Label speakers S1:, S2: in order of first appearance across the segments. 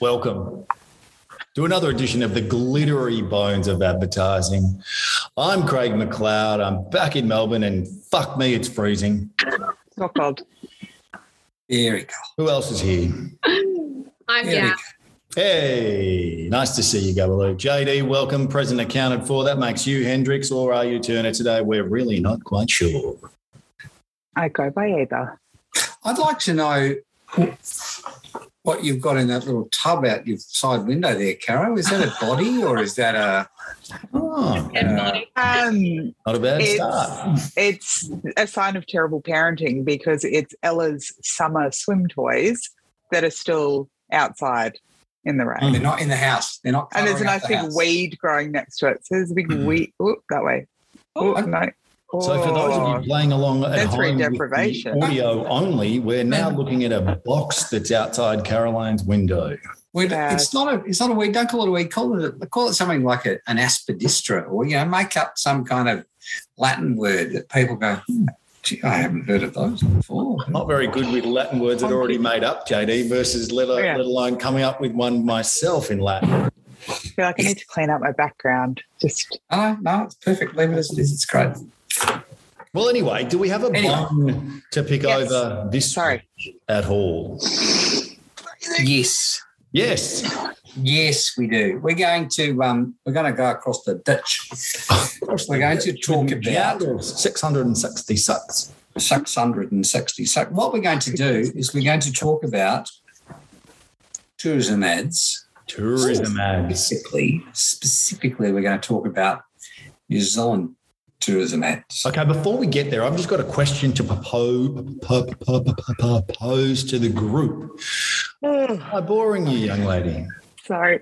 S1: Welcome to another edition of the glittery bones of advertising. I'm Craig McLeod. I'm back in Melbourne, and fuck me, it's freezing.
S2: It's not cold.
S3: There we go.
S1: Who else is here?
S4: I'm
S3: There we
S4: yeah.
S3: go.
S1: Hey, nice to see you, Gabaloo. JD, welcome. Present accounted for. That makes you Hendricks, or are you Turner today? We're really not quite sure.
S2: I go by either.
S3: I'd like to know what you've got in that little tub out your side window there, Caro. Is that a body or is that a
S1: Oh,
S4: Dead body.
S2: Um,
S1: not a bad
S2: It's-
S1: start.
S2: it's a sign of terrible parenting because it's Ella's summer swim toys that are still outside in the rain.
S3: they're not in the house. They're Mm. Oh, not
S2: And there's a
S3: colouring
S2: nice
S3: up the
S2: big
S3: house.
S2: weed growing next to it. So there's a big
S1: Mhm.
S2: weed. Oh, that way. Oh, no. Oh,
S1: So, for those of you playing along at
S2: Sensory
S1: home with the
S2: deprivation.
S1: audio only, we're now looking at a box that's outside Caroline's window.
S3: We-
S2: Yeah.
S3: it's not a it's not a weed. Don't call it a weed. Call it a, call it something like a, an aspidistra or you know, make up some kind of Latin word that people go, hmm, gee, I haven't heard of those before.
S1: Not very good with Latin words that are already made up, JD, versus let, a-
S2: Oh, Yeah.
S1: let alone coming up with one myself in Latin.
S2: I feel like I need to clean up my background. Just
S3: No, no, it's perfect. Leave it as it is. It's great.
S1: Well, anyway, do we have a
S3: Anyway.
S1: bone to pick
S2: Yes.
S1: over this
S2: sorry.
S1: at all?
S3: Yes.
S1: Yes.
S3: Yes, we do. We're going to um, we're going to go across the ditch. we're going to talk about
S1: 666.
S3: six hundred and sixty. So what we're going to do is we're going to talk about tourism ads.
S1: Tourism ads.
S3: Specifically, specifically, we're going to talk about New Zealand tourism ads.
S1: Okay, before we get there, I've just got a question to propose, propose to the group.
S2: Oh,
S1: Am I boring you, young lady?
S2: sorry.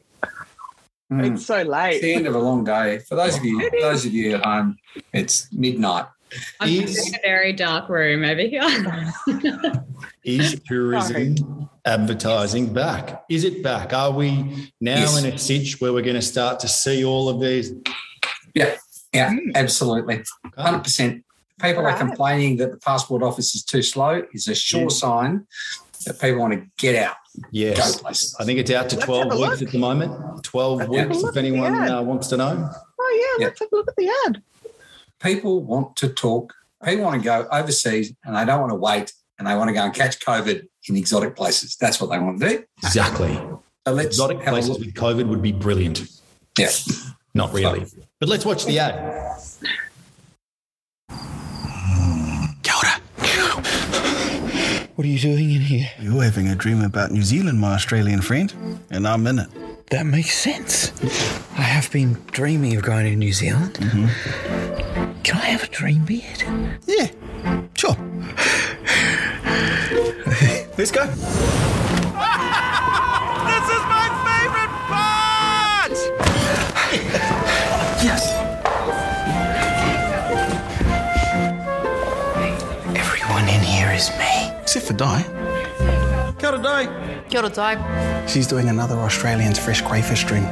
S3: Mm.
S2: It's so
S3: It's the
S2: late.
S3: end of a long day. For those of you, those of you at home, it's midnight.
S4: I'm
S1: Is-
S4: in a very dark room over here.
S1: Is tourism advertising back? Is it back? Are we now
S3: Yes.
S1: in a sitch where we're going to start to see all of these?
S3: Yeah,
S2: Mm.
S3: absolutely. hundred percent. People
S2: Right.
S3: are complaining that the passport office is too slow. Is a sure
S1: Yeah.
S3: sign that people want to get out,
S1: Yes.
S3: go places.
S1: I think it's out to
S2: Let's
S1: 12
S2: have a
S1: weeks
S2: look.
S1: at the moment. 12
S3: Let's have a
S1: weeks,
S2: look
S1: if
S2: at the
S1: anyone
S2: ad.
S1: uh, wants to know.
S2: Oh, yeah.
S3: Yeah.
S2: Let's have a look at the ad.
S3: People want to talk. People want to go overseas, and they don't want to wait, and they want to go and catch COVID in exotic places. That's what they want to do.
S1: Exactly.
S3: So let's
S1: Exotic
S3: have a
S1: places
S3: look.
S1: with COVID would be brilliant.
S3: Yeah.
S1: Not really. But let's watch the ad.
S5: What are you doing in here?
S6: You're having a dream about New Zealand, my Australian friend, and I'm in it.
S5: That makes sense. I have been dreaming of going to New Zealand. Can I have a dream beard?
S6: Mm-hmm. Yeah, sure. Let's go.
S7: This is my favorite part!
S5: Everyone in here is me.
S6: Except for Di. Kia ora, Di.
S8: Kia ora tai.
S6: She's doing another Australian's fresh crayfish dream.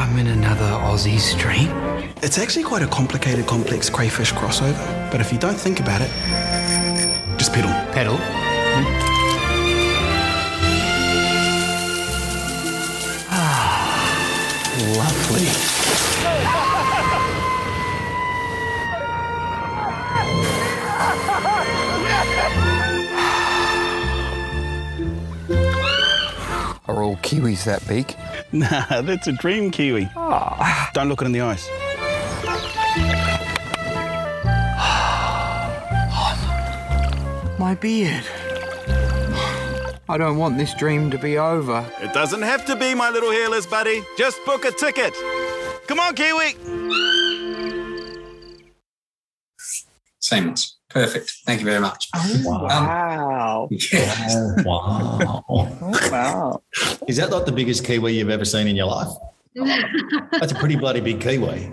S5: I'm in another Aussie's dream.
S6: It's actually quite a complicated, complex crayfish crossover, but if you don't think about it, just pedal. Hmm.
S5: Pedal.
S6: Ah, Lovely.
S9: Are all Kiwis that big?
S6: Nah, that's a dream kiwi. Don't look it in the eyes.
S9: My beard. I don't want this dream to be over.
S7: It doesn't have to be my little hairless buddy. Just book a ticket. Come on, Kiwi!
S3: Seamless. Perfect. Thank you very much.
S1: Um,
S3: Um,
S2: Wow. Oh,
S3: Yeah.
S1: Wow. wow.
S2: Wow.
S1: Is that not the biggest kiwi you've ever seen in your life? That's a pretty bloody big kiwi.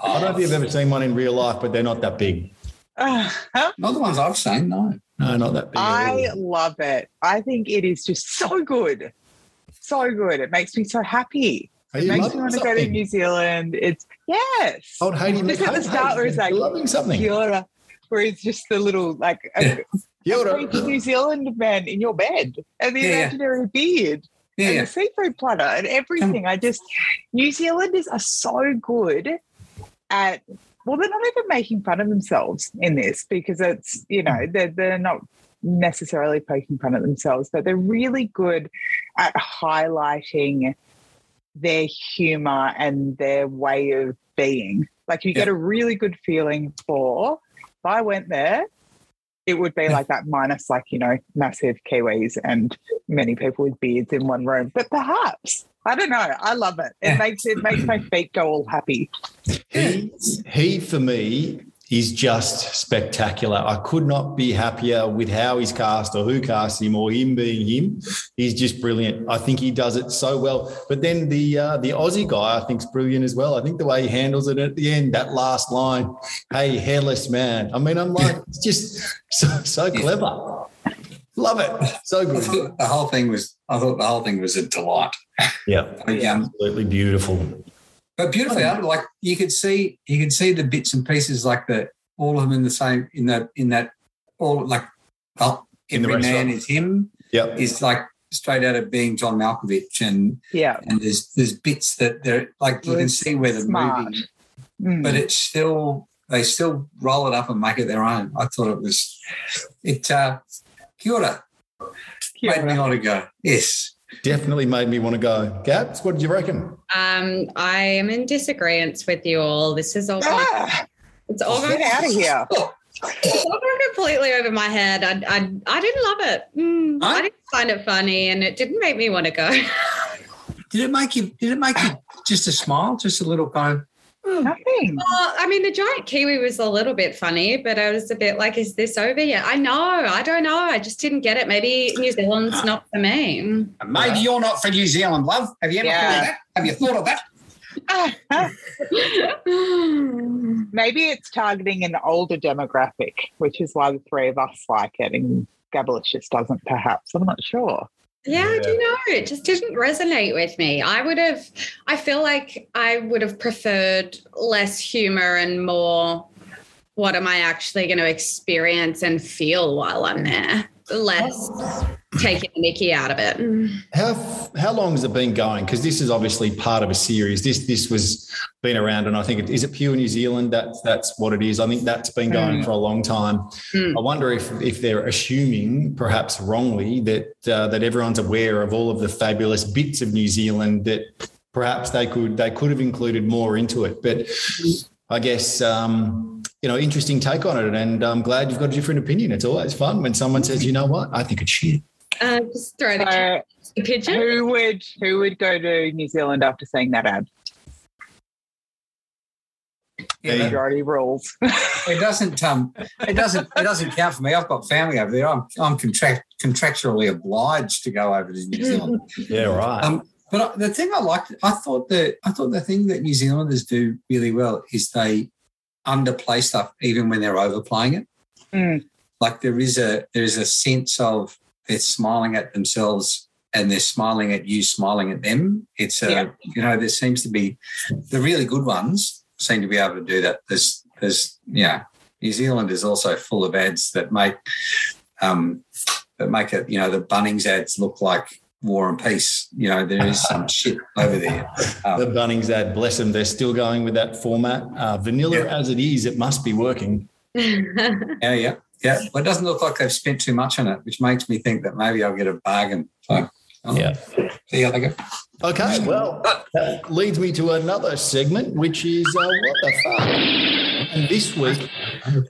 S1: I don't know if you've ever seen one in real life, but they're not that big.
S2: Um,
S3: Not the ones I've seen. No.
S1: No, not that big. at
S2: I
S1: all.
S2: love it. I think it is just so good. So good. It makes me so happy.
S1: Are
S2: It
S1: you
S2: makes
S1: loving
S2: me want to go to
S1: something?
S2: New Zealand. It's yes.
S1: Old Haiti.
S2: Just at the
S1: Haiti-
S2: start where it's like,
S1: you're loving something.
S2: Kia ora, Where it's just the little like a,
S3: Yeah.
S2: a
S1: Kia ora.
S2: creepy New Zealand man in your bed and the
S3: Yeah, yeah.
S2: imaginary beard.
S3: Yeah,
S2: and
S3: yeah.
S2: the seafood platter and everything. I just New Zealanders are so good at well, they're not even making fun of themselves in this because it's you know they're they're not necessarily poking fun at themselves, but they're really good at highlighting their humor and their way of being. Like you get a really good feeling for if I went there, it would be like that minus like, you know, massive Kiwis and many people with beards in one room. But perhaps. I don't know. I love it. It
S3: Yeah.
S2: makes it makes my feet go all happy.
S1: He, he for me is just spectacular. I could not be happier with how he's cast or who cast him or him being him. He's just brilliant. I think he does it so well. But then the uh, the Aussie guy I think's brilliant as well. I think the way he handles it at the end, that last line, "Hey, hairless man." I mean, I'm like, it's just so so clever. Love it. So
S3: I
S1: good.
S3: thought the whole thing was. I thought the whole thing was a delight.
S1: Yeah,
S3: Um,
S1: absolutely beautiful.
S3: but beautifully done. Like you could see, you could see the bits and pieces, like the all of them in the same in that in that all like oh,
S1: In the
S3: every man
S1: restaurant.
S3: is him
S1: Yep.
S3: is like straight out of being John Malkovich, and
S2: Yeah.
S3: and there's there's bits that they're like you can see where the
S2: Smart.
S3: movie
S2: Mm.
S3: but it's still they still roll it up and make it their own. I thought it was it uh kia ora,
S2: Kia
S3: made me
S2: ora.
S3: want to go. Yes.
S1: Definitely made me want to go. Gaps, what did you reckon?
S4: Um, I am in disagreement with you all. This is all going,
S2: Ah,
S4: it's all
S2: get
S4: going,
S2: out of here.
S4: it's all going completely over my head. I, I, I didn't love it. Mm,
S3: Huh?
S4: I didn't find it funny, and it didn't make me want to go.
S3: Did it make you did it make you just a smile, just a little kind of
S2: Nothing.
S4: Well, I mean, the giant kiwi was a little bit funny, but I was a bit like, "Is this over yet?" I know, I don't know. I just didn't get it. Maybe New Zealand's not for me.
S3: maybe you're not from New Zealand, love. Have you ever thought
S2: Yeah.
S3: of that? Have you thought of that?
S2: Ah, Maybe it's targeting an older demographic, which is why the three of us like it and Gabalish just doesn't, perhaps. I'm not sure.
S4: Yeah, I
S1: Yeah.
S4: do know. It just didn't resonate with me. I would have, I feel like I would have preferred less humor and more what am I actually going to experience and feel while I'm there? Less taking the Mickey out of it.
S1: How how long has it been going? Because this is obviously part of a series. This this was been around, and I think it, is it pure New Zealand? That's that's what it is. I think that's been going for a long time.
S4: Mm.
S1: I wonder if if they're assuming, perhaps wrongly, that uh, that everyone's aware of all of the fabulous bits of New Zealand that perhaps they could they could have included more into it. But I guess. Um, you know, interesting take on it, and I'm glad you've got a different opinion. It's always fun when someone says, "You know what? I think it's shit."
S4: Uh, just throw the,
S2: So,
S4: the pigeon.
S2: who would who would go to New Zealand after seeing that ad?
S1: Yeah.
S2: Majority rules.
S3: It doesn't um it doesn't it doesn't count for me. I've got family over there. I'm I'm contract contractually obliged to go over to New Zealand.
S1: Yeah, right.
S3: Um, But I- the thing I liked, I thought that I thought the thing that New Zealanders do really well is they underplay stuff even when they're overplaying it.
S2: Mm.
S3: Like there is a there is a sense of they're smiling at themselves and they're smiling at you, smiling at them. It's a
S2: Yeah.
S3: you know there seems to be the really good ones seem to be able to do that. There's there's yeah New Zealand is also full of ads that make um, that make it you know the Bunnings ads look like War and Peace. You know there is some shit over there.
S1: The
S3: Um,
S1: Bunnings ad, bless them, they're still going with that format. Uh, vanilla
S3: Yeah.
S1: as it is, it must be working.
S3: yeah, yeah, yeah. Well, it doesn't look like they've spent too much on it, which makes me think that maybe I'll get a bargain. So, oh,
S1: Yeah.
S3: See how they go.
S1: Okay, well, that leads me to another segment, which is uh, what the fuck. And this week,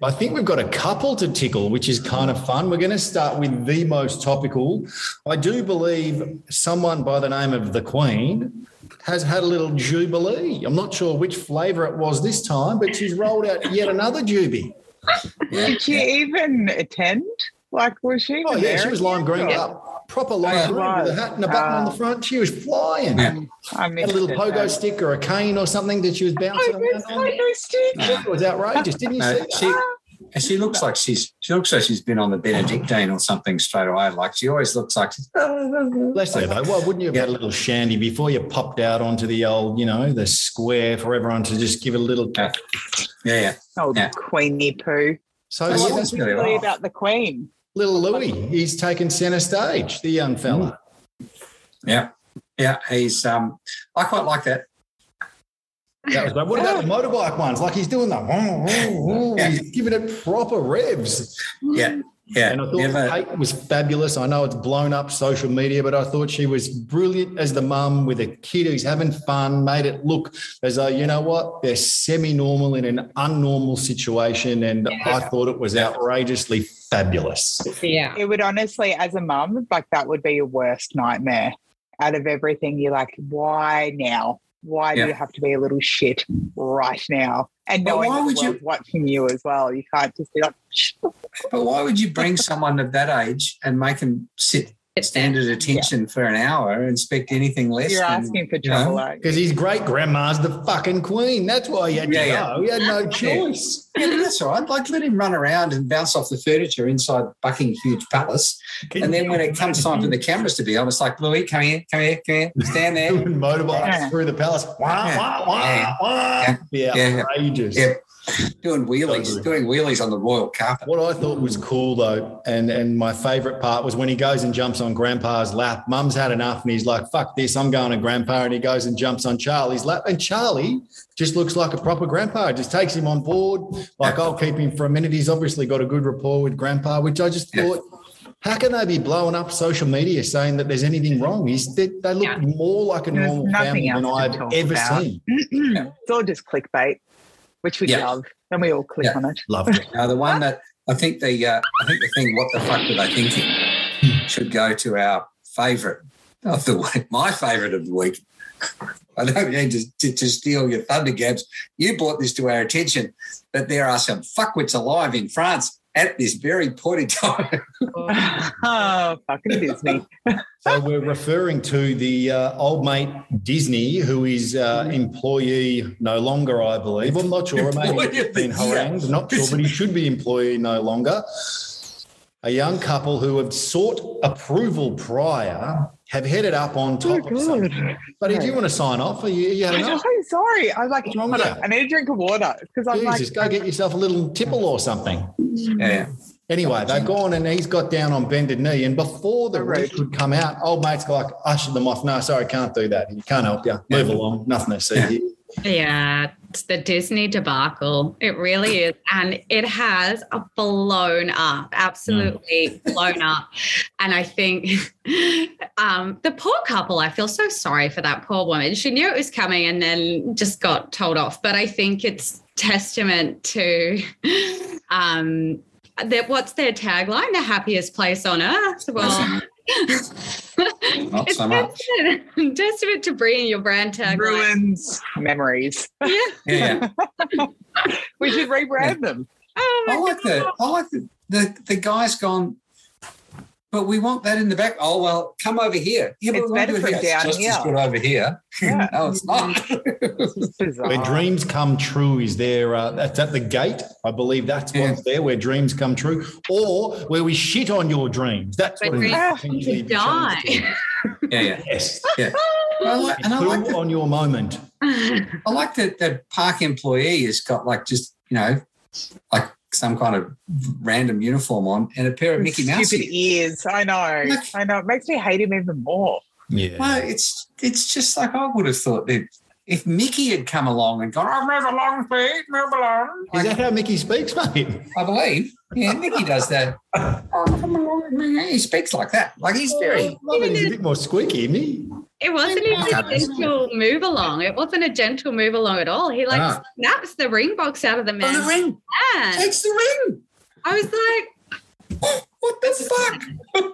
S1: I think we've got a couple to tickle, which is kind of fun. We're going to start with the most topical. I do believe someone by the name of the Queen has had a little jubilee. I'm not sure which flavour it was this time, but she's rolled out yet another jubie.
S2: Did she even attend? Like, was she?
S1: Oh
S2: even
S1: yeah, she
S2: there?
S1: was lime green
S2: Yeah.
S1: up. Proper lime
S3: Yeah.
S1: green with a hat and a button on the
S2: Ah.
S1: front. She was flying.
S3: Yeah.
S2: I
S1: Had
S2: missed
S1: a little
S2: it.
S1: pogo stick or a cane or something that she was bouncing
S2: Pogo-
S1: around on.
S2: pogo stick.
S1: It was outrageous, didn't you
S3: No,
S1: see? that?
S3: she, she looks like she's she looks like she's been on the Benedictine or something straight away. Like she always looks like she's
S1: Bless her though. Why wouldn't you have had a little shandy before you popped out onto the old, you know, the square for everyone to just give it a little.
S3: Yeah. yeah yeah.
S2: Oh,
S3: Yeah.
S2: queenie poo.
S1: So
S3: Oh,
S2: What
S3: yeah,
S1: little,
S3: that's
S2: was
S3: really
S2: really
S3: well.
S2: about the Queen?
S1: little Louis, he's taken centre stage, the young fella.
S3: Yeah. Yeah. He's um I quite like that.
S1: That was great. What about the motorbike ones? Like he's doing that. He's giving it proper revs.
S3: Yeah. Yeah.
S1: And I thought
S3: Never,
S1: Kate was fabulous. I know it's blown up social media, but I thought she was brilliant as the mum with a kid who's having fun, made it look as though, you know what, they're semi normal in an unnormal situation. And I thought it was outrageously fabulous.
S4: Yeah.
S2: It would honestly, as a mum, like that would be your worst nightmare. Out of everything, you're like, why now? Why
S3: Yeah.
S2: do you have to be a little shit right now? And
S3: But
S2: knowing
S3: why
S2: that
S3: would
S2: the
S3: you-
S2: world's watching you as well, you can't just be like,
S3: but why would you bring someone of that age and make them sit
S4: It's there.
S3: standard attention for an hour and expect anything less?
S2: you're
S3: than-
S2: asking for
S3: you know?
S2: trouble. aren't you?
S1: Because his great grandma's the fucking queen. That's why he had to
S3: Yeah, yeah.
S1: go. He had no choice.
S3: Yeah, but that's all right. Like let him run around and bounce off the furniture inside Buckingham Huge Palace.
S1: Can
S3: And
S1: you
S3: then when it comes time for the cameras to be on, it's like, Louis, come here, come here, come here, stand there.
S1: doing motorbikes
S2: Yeah.
S1: through the palace. Wah, wah, wah,
S3: Yeah.
S1: wah. Yeah,
S3: Yeah.
S1: outrageous.
S3: Yeah. doing wheelies,
S1: Totally.
S3: doing wheelies on the royal carpet.
S1: What I thought was cool though, and and my favorite part was when he goes and jumps on Grandpa's lap. Mum's had enough, and he's like, "Fuck this, I'm going to Grandpa." And he goes and jumps on Charlie's lap, and Charlie just looks like a proper grandpa. Just takes him on board. Like I'll keep him for a minute. He's obviously got a good rapport with Grandpa, which I just
S3: Yeah.
S1: thought. How can they be blowing up social media saying that there's anything wrong? He's, they, they look
S4: Yeah.
S1: more like a
S2: There's
S1: normal
S2: nothing
S1: family than
S2: else to
S1: I've
S2: talk
S1: ever
S2: about.
S1: seen.
S2: it's all just clickbait, which we
S3: Yeah.
S2: love. And we all click
S3: Yeah.
S2: on it.
S1: Loved it.
S3: Now the one that I think the uh, I think the thing, what the fuck were they thinking? Should go to our favourite of the week, my favourite of the week. I don't mean to, to, to steal your thunder, Gabs. You brought this to our attention that there are some fuckwits alive in France at this very point in time.
S2: oh, fucking Disney.
S1: So we're referring to the uh, old mate Disney, who is uh, employee no longer, I believe. I'm not sure. Maybe
S3: Employee
S1: he's
S3: of the
S1: been
S3: year.
S1: harangued. Not sure, but he should be employee no longer. A young couple who have sought approval prior have headed up on
S3: Oh,
S1: top of something. But if you want to sign off, are you, you had
S2: I'm
S1: enough?
S2: so sorry. I'm like,
S1: What's wrong with
S2: hold on,
S1: that?
S2: I need a drink of water because I'm
S1: Jesus,
S2: like,
S1: go get yourself a little tipple or something.
S3: Yeah.
S1: Anyway, they've gone and he's got down on bended knee. And before the
S2: Right.
S1: ref could come out, old mate's like ushered them off. No, sorry, can't do that. You can't help you. Move along. Nothing to see
S3: Yeah.
S1: here.
S4: Yeah, it's the Disney debacle. It really is. And it has blown up, absolutely
S3: Mm.
S4: blown up. And I think um, the poor couple, I feel so sorry for that poor woman. She knew it was coming and then just got told off. But I think it's testament to um, that what's their tagline? The happiest place on earth. Well,
S3: Not
S4: it's
S3: so much.
S4: Testament, testament to bringing your brand tagline.
S2: ruins memories.
S3: Yeah.
S2: We should rebrand them.
S4: Oh my
S3: I like the I like the, the the guy's gone. But we want that in the back. Oh well, come over here. Yeah, but
S2: It's
S3: we want
S2: better
S3: it
S2: from
S3: here. It's
S2: down
S3: just as
S2: here.
S3: good over here.
S2: Yeah.
S3: No, it's not.
S2: It's just bizarre.
S1: Where dreams come true is there. Uh, that's at the gate. I believe that's
S3: Yeah.
S1: what's there where dreams come true, or where we shit on your dreams. That's
S4: Where
S1: what
S4: dreams
S1: it is.
S4: come to
S1: Potentially be
S4: die.
S1: changed to.
S3: yeah, yeah.
S1: Yes.
S3: I like, and I
S1: Poo
S3: like the,
S1: on your moment.
S3: I like that that park employee has got like just you know like some kind of random uniform on and a pair of Mickey Mouse.
S2: Stupid
S3: ears.
S2: ears. I know.
S3: Look.
S2: I know. It makes me hate him even more.
S1: Yeah.
S3: No, it's it's just like I would have thought that if Mickey had come along and gone, oh, move along, please, move along.
S1: Is
S3: Like,
S1: that how Mickey speaks, mate?
S3: I believe. Yeah, Mickey does that. Oh, come along with me. He speaks like that. Like he's
S2: Oh,
S3: very.
S4: Oh,
S1: Robin is a bit more squeaky, isn't he?
S4: It wasn't even a gentle move along. It wasn't a gentle move along at all. He like
S3: Ah.
S4: snaps the ring box out of the
S3: Oh,
S4: man's
S3: the ring
S4: hand.
S3: takes the ring.
S4: I was like,
S3: What the fuck?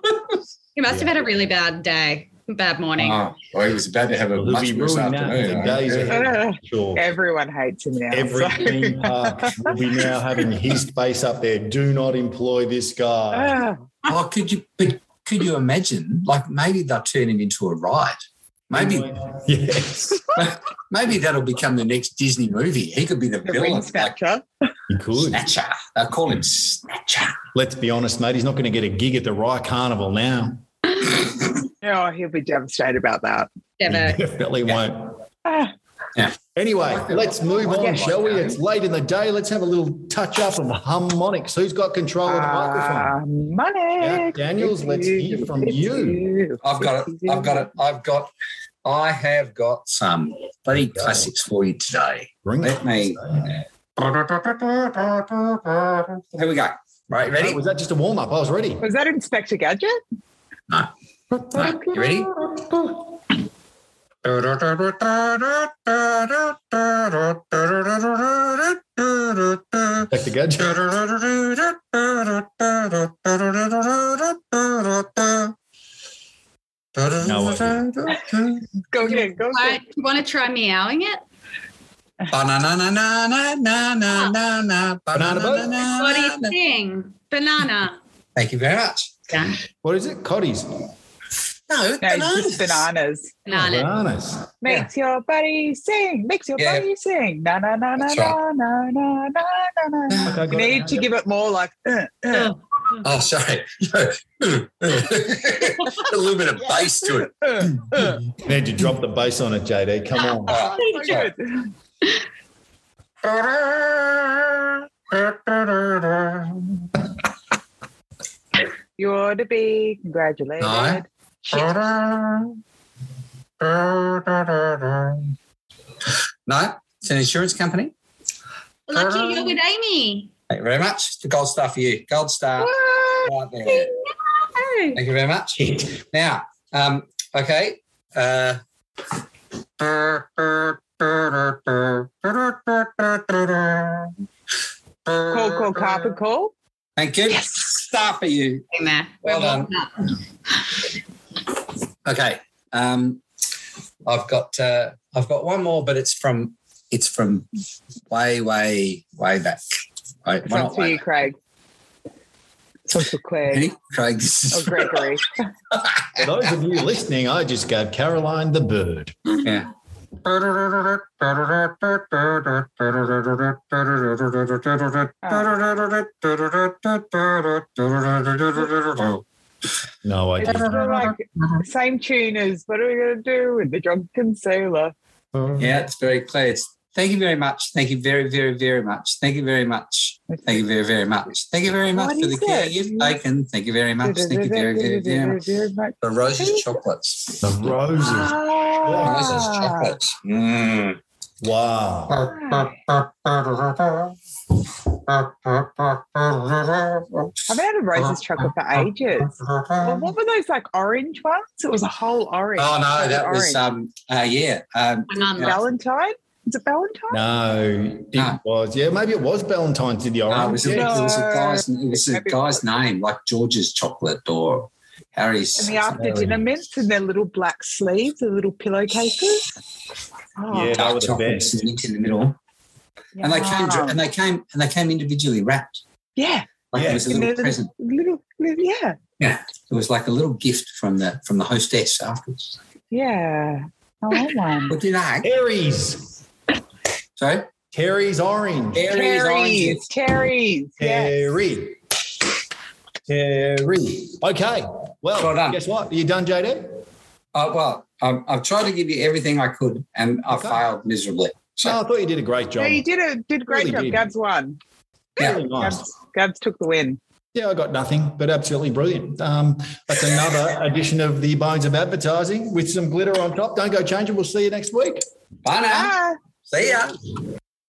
S4: he must have had a really bad day, bad morning.
S3: Oh, well, he was about to have a
S1: Well, he'll
S3: much
S1: be
S3: worse
S1: ruined now
S3: afternoon.
S1: for days
S3: eh?
S1: ahead.
S2: Ugh.
S1: Sure.
S2: Everyone hates him now.
S1: Every
S2: So-
S1: theme park will be now having his face up there. Do not employ this guy.
S2: Ugh.
S3: Oh, could you? But could you imagine? Like maybe they'll turn him into a ride. Maybe,
S2: Ah.
S1: Yes.
S3: maybe that'll become the next Disney movie. He could be the,
S2: the
S3: villain,
S2: ring
S3: like
S2: snatcher.
S1: He could.
S3: Snatcher. They'll call him Snatcher.
S1: Let's be honest, mate. He's not going to get a gig at the Rye Carnival now.
S2: Oh, he'll be devastated about that.
S1: He
S4: Never.
S1: definitely won't.
S2: Ah.
S3: Yeah.
S1: Anyway, let's move on, shall we? It's late in the day. Let's have a little touch up of harmonics. Who's got control of the microphone?
S2: Uh, money.
S1: Yeah, Daniels, let's hear from you.
S3: I've got it. I've got it. I've got. I have got some bloody classics for you today.
S1: Bring Uh,
S3: Let me. Here we go. Right,
S1: Hey,
S3: ready?
S1: was that just a warm up? I was ready.
S2: Was that Inspector Gadget?
S3: No. No. You ready?
S1: Back to gadget.
S2: Go again. Go again.
S4: Alright, you want to try meowing it?
S3: Ah,
S4: What do you think? Banana.
S3: Thank you very much.
S4: Done.
S1: What is it? Coddies.
S3: No,
S2: No, it's just bananas.
S4: Banana.
S1: Bananas.
S2: Makes your body sing. Makes your
S3: Yeah.
S2: body sing. Na na na na
S3: That's
S2: na na na na na na.
S1: Okay,
S2: You
S1: got
S2: need
S1: it.
S2: to give it more like. Uh, uh,
S3: Oh, sorry. a little bit of bass to it.
S2: uh, uh.
S1: Need to drop the bass on it, JD. Come on.
S3: All
S2: So good. You ought to be congratulated.
S3: No.
S2: Shit.
S3: right. No, it's an insurance company.
S4: Lucky
S3: um,
S4: you're with Amy.
S3: Thank you very much. It's a gold star for you. Gold star. Right there.
S4: No.
S3: ah. Thank you very much. Now, um, okay. Uh,
S2: Call, call, carpet call.
S3: Thank you.
S4: Yes.
S3: Star for you.
S4: We're
S3: Well done.
S4: warming up.
S3: Okay. Um, I've got uh, I've got one more, but it's from it's from way, way, way back. Right.
S2: This
S3: well,
S2: one's
S3: not
S2: for
S3: way
S2: you,
S3: back.
S2: Craig. This one's for Craig
S3: Ready? Craig, this
S2: or
S3: is
S2: Gregory.
S1: For those of you listening, I just gave Caroline the bird.
S3: yeah.
S2: Uh,
S1: No, I
S2: It's
S1: didn't.
S2: sort of like same tune as "What Are We Gonna Do with the Drunken Sailor?"
S3: Yeah, it's very clear. It's, thank you very much. Thank you very, very, very much. Thank you very much. Thank you very, very much. Thank you very much
S2: What
S3: for the
S2: is
S3: care
S2: it?
S3: you've taken. Thank you very much. Thank you very, very, very much. The roses chocolates.
S1: The roses.
S3: The roses
S2: Ah.
S3: chocolates. Mm.
S1: Wow.
S2: Oh. I've had a roses chocolate for ages. Well,
S3: Oh
S2: what were those like orange ones? It was a whole orange.
S3: no,
S2: It
S3: that was
S2: orange.
S3: um uh yeah. Um
S4: Banana.
S2: Valentine. Is it Valentine?
S1: No, it
S3: No.
S1: was. Yeah, maybe it was Valentine's Day. The
S3: no, it
S1: orange.
S3: Ah, was a,
S1: yeah.
S3: it was a guy's it was a guy's name, like George's chocolate or Harry's
S2: And the after dinner mints and their little black sleeves, the little pillowcases. Oh,
S1: Yeah.
S3: dark chocolate sweet in the middle. And they came
S2: yum.
S3: and they came and they came individually wrapped.
S2: yeah,
S3: Like
S1: Yeah.
S3: it was a
S2: and
S3: little
S2: they're the
S3: present.
S2: little, little, yeah,
S3: It was like a little gift from the from the hostess afterwards.
S2: yeah. Oh, I want one.
S3: What did I?
S1: Terry's.
S3: Sorry?
S1: Terry's orange.
S3: Harry's oranges.
S2: Terry's, Terry's, yeah.
S1: Terry. Terry. Okay. Well,
S3: Well done.
S1: guess what? Are you done, JD?
S3: Uh, well, um, I've tried to give you everything I could, and I
S1: Okay.
S3: failed miserably. So
S1: No, Oh, I thought you did a great
S2: No,
S1: job.
S2: you did a did a great
S1: Really
S2: job.
S1: did.
S2: Gabs won.
S1: Really nice.
S2: Gabs, Gabs took the win.
S1: Yeah, I got nothing, but absolutely brilliant. Um, that's another edition of the Bones of Advertising with some glitter on top. Don't go change it. We'll see you next week.
S3: bye now.
S2: Ah.
S3: See ya.